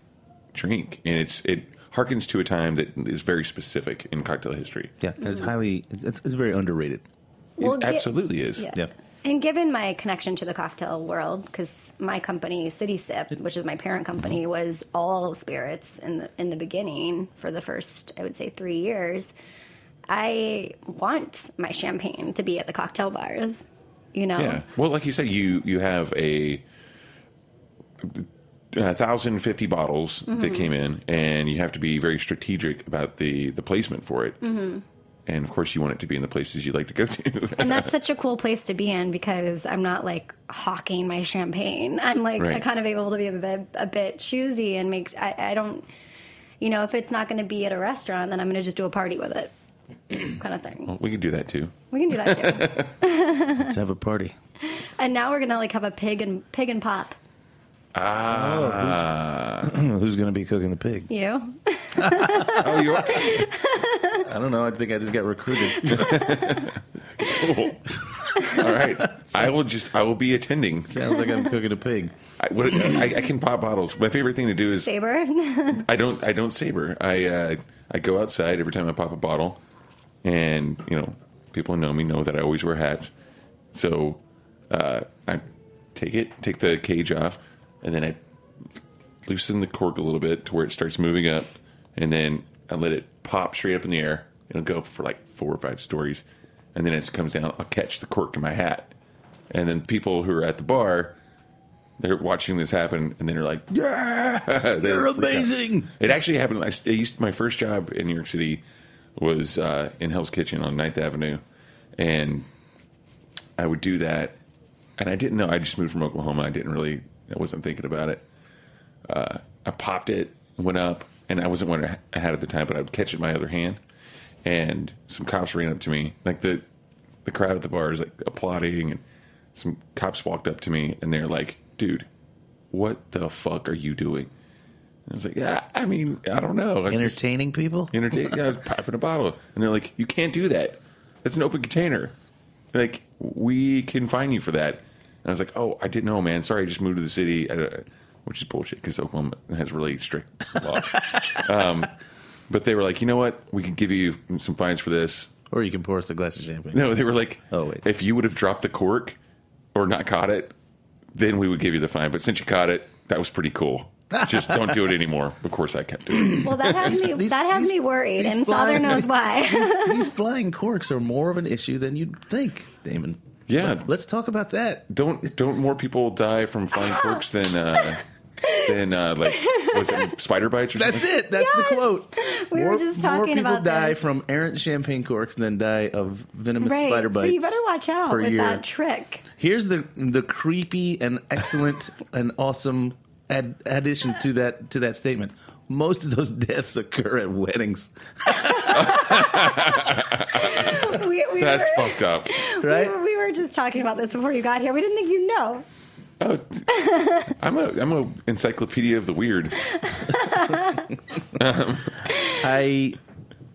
Speaker 5: drink and it's it harkens to a time that is very specific in cocktail history.
Speaker 6: Yeah. and It's highly, it's, it's very underrated.
Speaker 7: Well,
Speaker 5: it
Speaker 7: get-
Speaker 5: absolutely is.
Speaker 7: Yeah.
Speaker 6: Yeah.
Speaker 7: And given my connection to the cocktail world, because my company, City Sip, which is my parent company, was all spirits in the in the beginning for the first, I would say, three years. I want my champagne to be at the cocktail bars, you know.
Speaker 5: Yeah. Well, like you said, you you have a. thousand fifty bottles that
Speaker 7: Mm-hmm.
Speaker 5: came in, and you have to be very strategic about the the placement for it. Mm-hmm. And of course, you want it to be in the places you'd like to go to.
Speaker 7: And that's such a cool place to be in because I'm not like hawking my champagne. I'm like
Speaker 5: Right.
Speaker 7: kind of able to be a bit, a bit choosy and make. I, I don't, you know, if it's not going to be at a restaurant, then I'm going to just do a party with it, kind of thing.
Speaker 5: we could do that too.
Speaker 7: We can do that too.
Speaker 6: Let's have a party.
Speaker 7: and now we're gonna like have a pig and pig and pop.
Speaker 5: Ah,
Speaker 6: Who's going to be cooking the pig?
Speaker 7: You?
Speaker 5: oh, you are.
Speaker 6: I don't know. I think I just got recruited.
Speaker 5: Cool. Oh. All right, I will just I will be attending.
Speaker 6: Sounds like I'm cooking a pig.
Speaker 5: I, what, I, I can pop bottles. My favorite thing to do is
Speaker 7: Saber?
Speaker 5: I don't. I don't saber. I uh, I go outside every time I pop a bottle, and you know, people who know me know that I always wear hats. So uh, I take it, take the cage off, and then I loosen the cork a little bit to where it starts moving up, and then I let it pop straight up in the air. It'll go up for like four or five stories, and then as it comes down, I'll catch the cork in my hat, and then people who are at the bar. They're watching this happen, and then they're like, "Yeah, They
Speaker 6: You're
Speaker 5: freak out.
Speaker 6: amazing.
Speaker 5: It actually happened. I, I used my first job in New York City was uh, in Hell's Kitchen on 9th Avenue, and I would do that. And I didn't know. I just moved from Oklahoma. I didn't really. I wasn't thinking about it. Uh, I popped it, went up, and I wasn't wearing a hat at the time, but I would catch it in my other hand. And some cops ran up to me, like the the crowd at the bar is like applauding, and some cops walked up to me, and they're like, "Dude, what the fuck are you doing?" And I was like, "Yeah, I mean, I don't know. I just-
Speaker 6: Entertaining people?
Speaker 5: entertain. yeah, I was popping a bottle, and they're like, "You can't do that. That's an open container. Like, we can fine you for that." And I was like, "Oh, I didn't know, man. Sorry, I just moved to the city," I don't- which is bullshit because Oklahoma has really strict laws. um, but they were like, "You know what? We can give you some fines for this."
Speaker 6: Or you can pour us a glass of champagne.
Speaker 5: No, they were like,
Speaker 6: Oh, wait.
Speaker 5: if you would have dropped the cork or not caught it, then we would give you the fine. But since you caught it, that was pretty cool. Just don't do it anymore. Of course, I kept doing it.
Speaker 7: Well, that has me
Speaker 6: These-
Speaker 7: that has
Speaker 6: these-
Speaker 7: me worried,
Speaker 6: these
Speaker 7: and Souther
Speaker 6: flying-
Speaker 7: knows why.
Speaker 6: these, these flying corks are more of an issue than you'd think, Damon.
Speaker 5: Yeah.
Speaker 6: Let- let's talk about that.
Speaker 5: Don't don't more people die from flying corks than uh, than uh, like was it spider bites or something?
Speaker 6: That's it. That's
Speaker 7: Yes!
Speaker 6: the quote.
Speaker 7: We were just
Speaker 6: more
Speaker 7: talking
Speaker 6: people
Speaker 7: about
Speaker 6: die
Speaker 7: this.
Speaker 6: from errant champagne corks than die of venomous
Speaker 7: right,
Speaker 6: spider bites.
Speaker 7: so you better watch out
Speaker 6: per
Speaker 7: with
Speaker 6: year.
Speaker 7: that trick.
Speaker 6: Here's the the creepy and excellent and awesome ad- addition to that to that statement. Most of those deaths occur at weddings,
Speaker 7: We, we
Speaker 5: That's
Speaker 7: were,
Speaker 5: fucked up.
Speaker 6: right?
Speaker 7: We were, we were just talking about this before you got here. We didn't think you know.
Speaker 5: Oh, I'm a I'm a encyclopedia of the weird.
Speaker 6: I,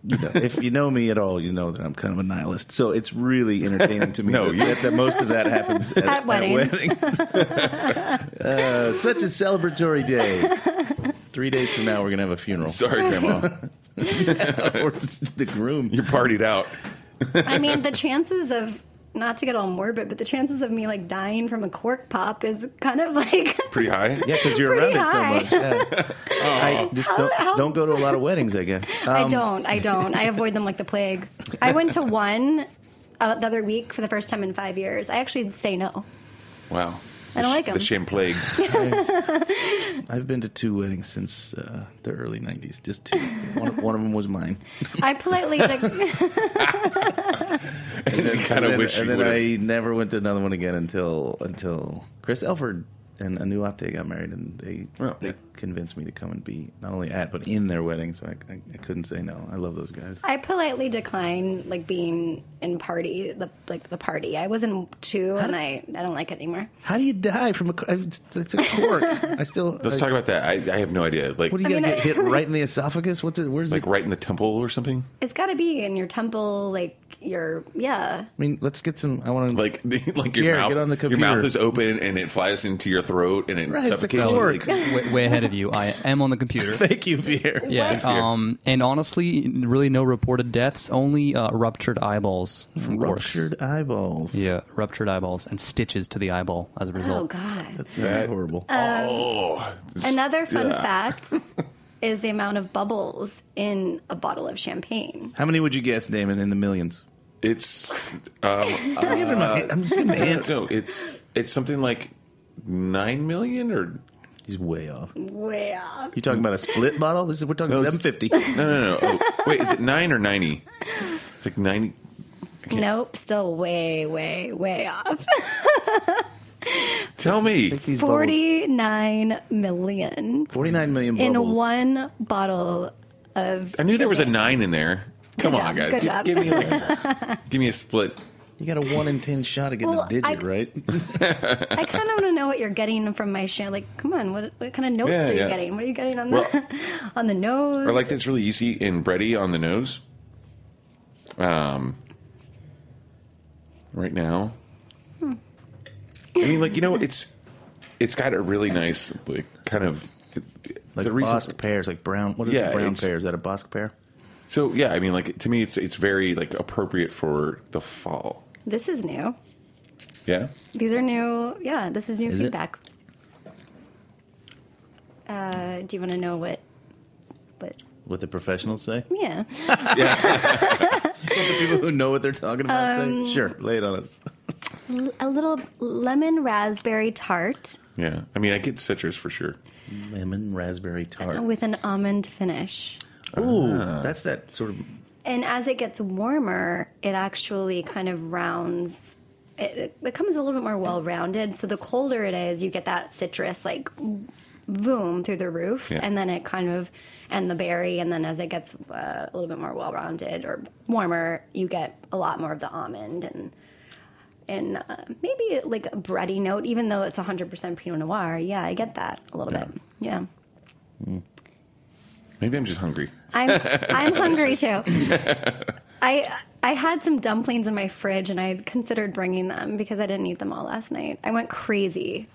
Speaker 6: you know, if you know me at all, you know that I'm kind of a nihilist. So it's really entertaining to me
Speaker 5: No,
Speaker 6: that,
Speaker 5: you-
Speaker 6: that, that most of that happens at,
Speaker 7: At weddings.
Speaker 6: weddings. uh, such a celebratory day. Three days from now, we're gonna have a funeral.
Speaker 5: Sorry, Grandma.
Speaker 6: or the groom.
Speaker 5: You're partied out.
Speaker 7: I mean, the chances of not to get all morbid, but the chances of me like dying from a cork pop is kind of like
Speaker 5: Pretty high.
Speaker 6: Yeah, because you're
Speaker 7: Pretty
Speaker 6: around it so much. Yeah. I just
Speaker 7: How-
Speaker 6: don't,
Speaker 7: how-
Speaker 6: don't go to a lot of weddings, I guess. Um,
Speaker 7: I don't. I don't. I avoid them like the plague. I went to one uh, the other week for the first time in five years. I actually say no.
Speaker 5: Wow.
Speaker 7: I don't like
Speaker 5: The
Speaker 7: 'em.
Speaker 5: sham plague.
Speaker 6: I've been to two weddings since uh, the early '90s. Just two. One, one of them was mine.
Speaker 7: I politely dec-
Speaker 5: I kind of
Speaker 6: then-
Speaker 5: wish you
Speaker 6: and then
Speaker 5: would have.
Speaker 6: I never went to another one again until until Chris Elford and Anuapte got married, and they
Speaker 5: Well,
Speaker 6: they
Speaker 5: yeah.
Speaker 6: convinced me to come and be not only at but in their wedding. So I, I, I couldn't say no. I love those guys.
Speaker 7: I politely decline like being in party the like the party. I was in two and I I don't like it anymore.
Speaker 6: How do you die from a? co- I- It's, it's a cork. I still.
Speaker 5: Let's
Speaker 6: I-
Speaker 5: talk about that. I, I have no idea. Like
Speaker 6: What do you
Speaker 7: I
Speaker 6: gotta
Speaker 7: mean,
Speaker 6: get hit right in the esophagus? What's it? Where's
Speaker 5: like
Speaker 6: it?
Speaker 5: right in the temple or something.
Speaker 7: It's got to be in your temple, like your yeah.
Speaker 6: I mean, let's get some. I want to
Speaker 5: Like like your
Speaker 6: Here,
Speaker 5: mouth.
Speaker 6: get on the
Speaker 5: Your mouth
Speaker 6: computer.
Speaker 5: is open and it flies into your throat and it
Speaker 6: Right, it's a
Speaker 5: suffocates. you. Like,
Speaker 6: cork.
Speaker 8: way, way ahead of you. I am on the computer.
Speaker 6: Thank you, Pierre.
Speaker 8: Yeah.
Speaker 5: Peter.
Speaker 8: Um, and honestly, really no reported deaths, only uh, ruptured eyeballs from corks.
Speaker 6: Ruptured eyeballs.
Speaker 8: Yeah, ruptured eyeballs and stitches to the eyeball as a result.
Speaker 7: Oh God!
Speaker 6: That sounds horrible.
Speaker 7: Uh,
Speaker 5: oh,
Speaker 7: Another fun
Speaker 5: Yeah.
Speaker 7: fact is the amount of bubbles in a bottle of champagne.
Speaker 6: How many would you guess, Damon, in the millions?
Speaker 5: it's um, I
Speaker 6: Never mind. I'm just gonna
Speaker 5: don't
Speaker 6: hint.
Speaker 5: know. It's it's something like nine million or
Speaker 6: He's way off. You're
Speaker 7: Way off.
Speaker 6: talking about a split bottle? This is we're talking
Speaker 5: No, it's-
Speaker 6: seven fifty.
Speaker 5: no no no. Oh, wait, is it nine or ninety? It's like ninety.
Speaker 7: Nope, still way, way, way off.
Speaker 5: Tell me.
Speaker 6: These bubbles.
Speaker 7: 49 million
Speaker 6: Forty-nine million
Speaker 7: in
Speaker 6: bubbles.
Speaker 7: one bottle of.
Speaker 5: I knew there was a nine in there. Come
Speaker 7: Good
Speaker 5: on,
Speaker 7: job,
Speaker 5: guys.
Speaker 7: good
Speaker 5: Gi-
Speaker 7: job.
Speaker 5: give me a give me a split.
Speaker 6: You got a one in ten shot of getting
Speaker 7: Well,
Speaker 6: a digit,
Speaker 7: I-
Speaker 6: right?
Speaker 7: I kind of want to know what you're getting from my sham. Like, come on, what, what kind of notes
Speaker 5: Yeah,
Speaker 7: are
Speaker 5: yeah.
Speaker 7: you getting? What are you getting on
Speaker 5: Well-
Speaker 7: the on the nose?
Speaker 5: Or like that's really easy in bready on the nose. Um, right now. I mean, like you know, it's it's got a really nice like kind of
Speaker 6: Like
Speaker 5: the reason.
Speaker 6: Bosque pears, like brown. What is
Speaker 5: Yeah,
Speaker 6: the brown
Speaker 5: it's-
Speaker 6: pear? Is that a Bosque pear?
Speaker 5: So yeah, I mean, like to me, it's it's very like appropriate for the fall.
Speaker 7: this is new.
Speaker 5: Yeah,
Speaker 7: These are new. Yeah, this is new
Speaker 6: Is it?
Speaker 7: feedback. Uh, do you want to know what? What?
Speaker 6: What the professionals say?
Speaker 7: Yeah.
Speaker 6: the people who know what they're talking about
Speaker 7: Um,
Speaker 6: say. Sure, lay it on us.
Speaker 7: L- a little lemon raspberry tart
Speaker 5: yeah. I mean, I get citrus for sure.
Speaker 6: Lemon raspberry tart.
Speaker 7: with an almond finish.
Speaker 6: Ooh, that's that sort of.
Speaker 7: And as it gets warmer, it actually kind of rounds. It, it becomes a little bit more well-rounded. So the colder it is, you get that citrus like boom through the roof,
Speaker 5: Yeah.
Speaker 7: and then it kind of and the berry. And then as it gets uh, a little bit more well-rounded or warmer, you get a lot more of the almond and and uh, maybe like a bready note. Even though it's 100% Pinot Noir, yeah, I get that a little
Speaker 5: Yeah.
Speaker 7: bit. Yeah.
Speaker 5: Maybe I'm just hungry.
Speaker 7: I'm I'm hungry too. I I had some dumplings in my fridge and I considered bringing them because I didn't eat them all last night. I went crazy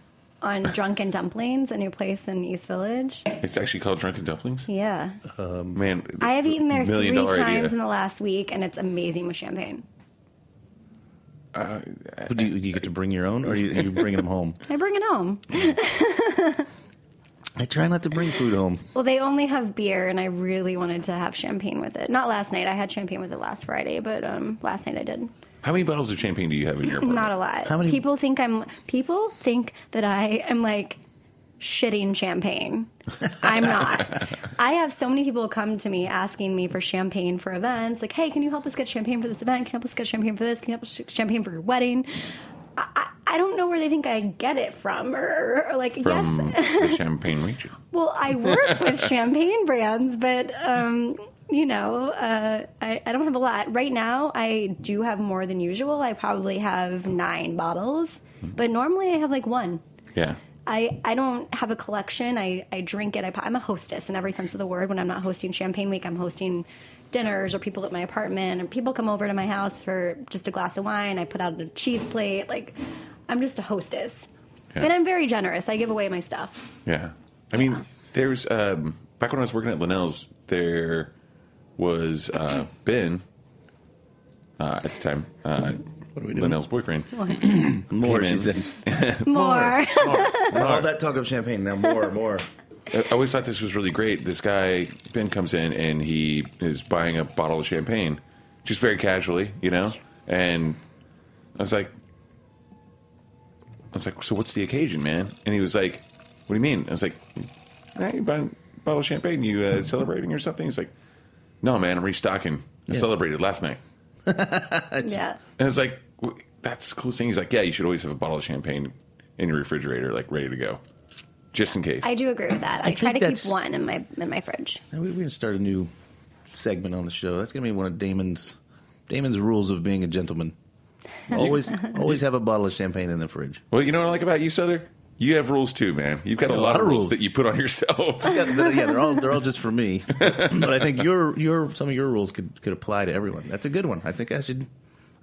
Speaker 7: on Drunken Dumplings, a new place in East Village.
Speaker 5: It's actually called Drunken Dumplings.
Speaker 7: Yeah,
Speaker 5: Man,
Speaker 7: I have eaten there
Speaker 5: million
Speaker 7: three
Speaker 5: dollar
Speaker 7: times
Speaker 5: idea.
Speaker 7: in the last week, and it's amazing with champagne.
Speaker 5: uh,
Speaker 6: But do you, do you get to bring your own, or you, you bring them home?
Speaker 7: I bring it home.
Speaker 6: I try not to bring food home.
Speaker 7: Well, they only have beer, and I really wanted to have champagne with it. Not last night. I had champagne with it last Friday, but um, last night I did.
Speaker 5: how many bottles of champagne do you have in your apartment?
Speaker 7: Not a lot.
Speaker 6: How many-
Speaker 7: people think I'm? People think that I am like shitting champagne. I'm not. I have so many people come to me asking me for champagne for events. Like, hey, can you help us get champagne for this event? Can you help us get champagne for this? Can you help us get champagne for your wedding? I, I, I don't know where they think I get it from, or, or like, yes,
Speaker 5: From the champagne region.
Speaker 7: Well, I work with champagne brands, but um, you know, uh, I, I don't have a lot right now. I do have more than usual. I probably have nine bottles, but normally I have like one.
Speaker 5: Yeah.
Speaker 7: I, I don't have a collection. I, I drink it. I, I'm a hostess in every sense of the word. When I'm not hosting Champagne Week, I'm hosting dinners or people at my apartment, and people come over to my house for just a glass of wine. I put out a cheese plate. Like, I'm just a hostess.
Speaker 5: Yeah.
Speaker 7: And I'm very generous. I give away my stuff.
Speaker 5: Yeah. I mean, there's um, back when I was working at Linnell's, there was uh, Ben uh, at the time. Uh, what are we doing? Linnell's boyfriend.
Speaker 6: More,
Speaker 5: Came
Speaker 6: she
Speaker 5: in.
Speaker 6: said.
Speaker 7: More.
Speaker 6: All that talk of champagne. Now more, more.
Speaker 5: I always thought this was really great. This guy Ben comes in and he is buying a bottle of champagne, just very casually, you know. And I was like, I was like, so what's the occasion, man? And he was like, what do you mean? I was like, hey, you buying a bottle of champagne? You uh, celebrating or something? He's like, no, man, I'm restocking. I celebrated last night.
Speaker 7: yeah.
Speaker 5: And I was like, w- that's the coolest thing. He's like, yeah, you should always have a bottle of champagne in your refrigerator, like ready to go, just in case.
Speaker 7: I do agree with that. I,
Speaker 6: I
Speaker 7: try
Speaker 6: think
Speaker 7: to keep
Speaker 6: that's-
Speaker 7: one in my in my fridge.
Speaker 6: Now we, we're gonna start a new segment on the show. That's gonna be one of Damon's Damon's rules of being a gentleman. Always, always have a bottle of champagne in the fridge.
Speaker 5: Well, you know what I like about you, Souther? You have rules too, man. You've got a lot of rules that you put on yourself.
Speaker 6: Yeah, they're, yeah, they're all they're all just for me. but I think your your some of your rules could could apply to everyone. That's a good one. I think I should.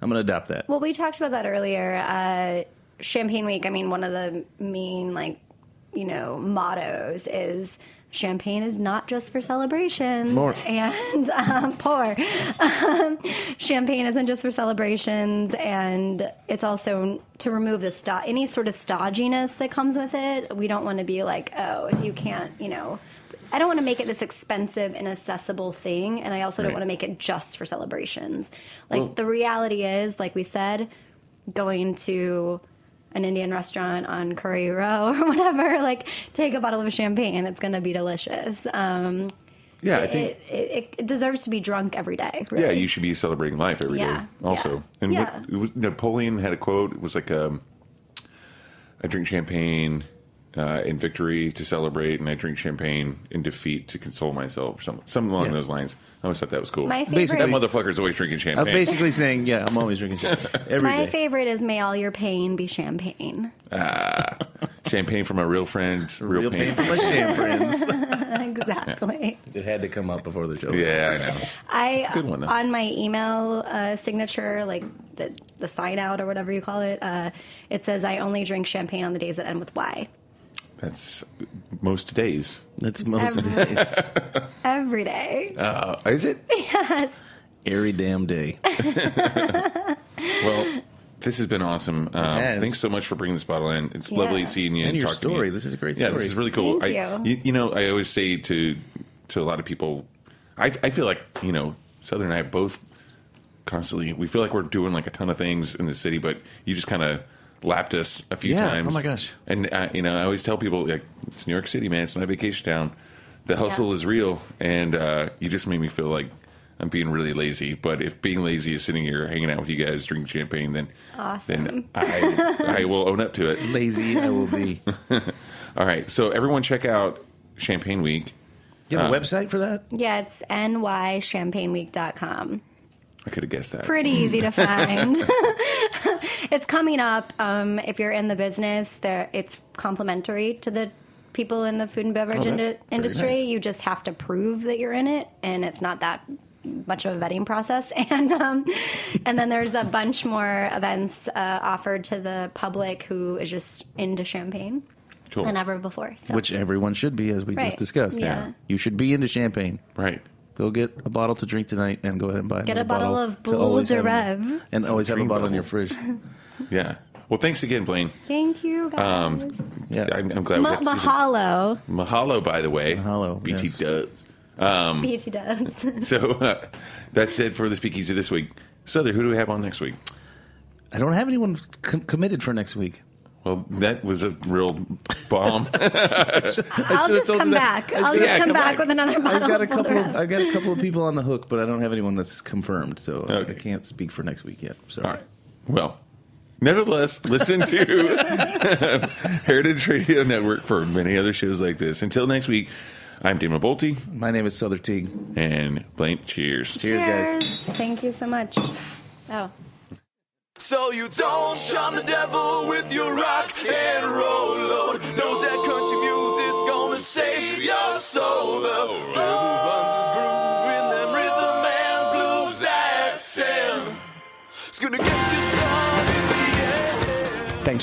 Speaker 6: I'm gonna adopt that.
Speaker 7: Well, we talked about that earlier. Uh, Champagne Week. I mean, one of the main like you know mottos is champagne is not just for celebrations
Speaker 5: More.
Speaker 7: and um, pour. Um, champagne isn't just for celebrations, and it's also to remove the sto- any sort of stodginess that comes with it. We don't want to be like, oh, if you can't, you know. I don't want to make it this expensive, inaccessible thing, and I also don't
Speaker 5: Right.
Speaker 7: want to make it just for celebrations. Like
Speaker 5: Well-
Speaker 7: the reality is, like we said, going to an Indian restaurant on Curry Row or whatever, like take a bottle of champagne and it's going to be delicious. Um,
Speaker 5: yeah, I
Speaker 7: it, it, it deserves to be drunk every day. Really.
Speaker 5: yeah, you should be celebrating life every day.
Speaker 7: Yeah,
Speaker 5: Also,
Speaker 7: yeah,
Speaker 5: and
Speaker 7: yeah.
Speaker 5: What, it was- Napoleon had a quote. It was like, um, "I drink champagne uh, in victory to celebrate, and I drink champagne in defeat to console myself." Or something, something along
Speaker 6: Yeah.
Speaker 5: those lines. I always thought that was cool.
Speaker 7: My favorite,
Speaker 6: Basically-
Speaker 5: that motherfucker's always drinking
Speaker 6: I'm
Speaker 5: champagne.
Speaker 6: basically saying, yeah, I'm always drinking champagne every
Speaker 7: my
Speaker 6: day.
Speaker 7: favorite is may all your pain be champagne.
Speaker 5: champagne from a real friend, real,
Speaker 6: Real
Speaker 5: pain.
Speaker 6: pain for my champagne.
Speaker 7: exactly.
Speaker 6: it had to come up before the show.
Speaker 5: Yeah, I know.
Speaker 7: I
Speaker 5: a good one, though.
Speaker 7: on my email uh, signature, like the the sign out or whatever you call it, uh, it says I only drink champagne on the days that end with Y.
Speaker 5: That's most days.
Speaker 6: that's most
Speaker 7: every-
Speaker 6: days.
Speaker 7: Every day.
Speaker 5: Uh, is it?
Speaker 6: Every damn day.
Speaker 5: Well, this has been awesome. Um,
Speaker 6: has.
Speaker 5: Thanks so much for bringing this bottle in. It's lovely
Speaker 7: Yeah.
Speaker 5: seeing you
Speaker 6: And
Speaker 5: and,
Speaker 6: your
Speaker 5: talking to you.
Speaker 6: story. This is a great
Speaker 5: yeah,
Speaker 6: story.
Speaker 5: this is really cool.
Speaker 7: Thank
Speaker 5: I,
Speaker 7: you.
Speaker 5: You know, I always say to to a lot of people, I, I feel like you know, Southern and I both constantly we feel like we're doing like a ton of things in the city, but you just kind of lapped us a few
Speaker 6: Yeah.
Speaker 5: times.
Speaker 6: Oh my gosh.
Speaker 5: And uh, you know, I always tell people like it's New York City, man. It's not a vacation town. The hustle is real, and uh, you just made me feel like I'm being really lazy. But if being lazy is sitting here hanging out with you guys, drinking champagne, then then I, I will own up to it.
Speaker 6: Lazy I will be.
Speaker 5: Uh,
Speaker 6: You
Speaker 5: All right, so everyone check out Champagne Week.
Speaker 6: have a
Speaker 5: Uh,
Speaker 6: website for that?
Speaker 7: Yeah, it's nychampagneweek.com.
Speaker 5: I could have guessed that.
Speaker 7: Pretty easy to find. it's coming up. Um, if you're in the business, there it's complimentary to the people in the food and beverage
Speaker 5: Oh, that's
Speaker 7: indu-
Speaker 5: very
Speaker 7: industry.
Speaker 5: nice.
Speaker 7: You just have to prove that you're in it, and it's not that much of a vetting process. And um, and then there's a bunch more events uh, offered to the public who is just into champagne
Speaker 5: cool.
Speaker 7: than ever before. So.
Speaker 6: Which everyone should be, as we
Speaker 7: Right.
Speaker 6: just discussed.
Speaker 7: Yeah.
Speaker 6: You should be into champagne
Speaker 5: right.
Speaker 6: Go get a bottle to drink tonight and go ahead and buy
Speaker 7: Get
Speaker 6: another
Speaker 7: a bottle of
Speaker 6: to
Speaker 7: Blue
Speaker 6: always
Speaker 7: de
Speaker 6: have-
Speaker 7: Rev.
Speaker 6: And always have a
Speaker 5: dream
Speaker 6: bottle
Speaker 5: bottle.
Speaker 6: in your fridge.
Speaker 5: Yeah. Well, thanks again, Blaine.
Speaker 7: Thank you, guys.
Speaker 5: um,
Speaker 6: Yeah.
Speaker 5: I'm, I'm glad
Speaker 7: Ma-
Speaker 5: we got to
Speaker 7: mahalo,
Speaker 5: do this. Mahalo, by the way.
Speaker 6: Mahalo,
Speaker 5: BT
Speaker 6: yes.
Speaker 5: dubs. Hmm.
Speaker 7: BT Dubs.
Speaker 5: So uh, that's it for the speakeasy this week. Souther, who do we have on next week?
Speaker 6: I don't have anyone com- committed for next week.
Speaker 5: Well, that was a real bomb.
Speaker 7: I'll
Speaker 6: should've
Speaker 7: just
Speaker 6: told
Speaker 7: come
Speaker 6: you that.
Speaker 7: back. I'll just
Speaker 5: Yeah,
Speaker 7: come
Speaker 5: come
Speaker 7: back
Speaker 5: back.
Speaker 7: with another bottle.
Speaker 6: I've got a
Speaker 7: of Blue
Speaker 6: couple. Of,
Speaker 7: Rev.
Speaker 6: I've got a couple of people on the hook, but I don't have anyone that's confirmed, so I-
Speaker 5: Okay.
Speaker 6: I can't speak for next week yet. Sorry.
Speaker 5: All right. Well, nevertheless, listen to Heritage Radio Network for many other shows like this. Until next week, I'm Damon Bolte
Speaker 6: My name is Souther Teague.
Speaker 5: and Blaine. Cheers.
Speaker 6: Cheers, guys.
Speaker 7: Thank you so much. Oh.
Speaker 4: So you don't charm the devil with your rock and roll load. Knows that country music's gonna save your soul. The devil runs his groove in them rhythm and blues that's him. It's gonna get you some in the end.
Speaker 2: Thanks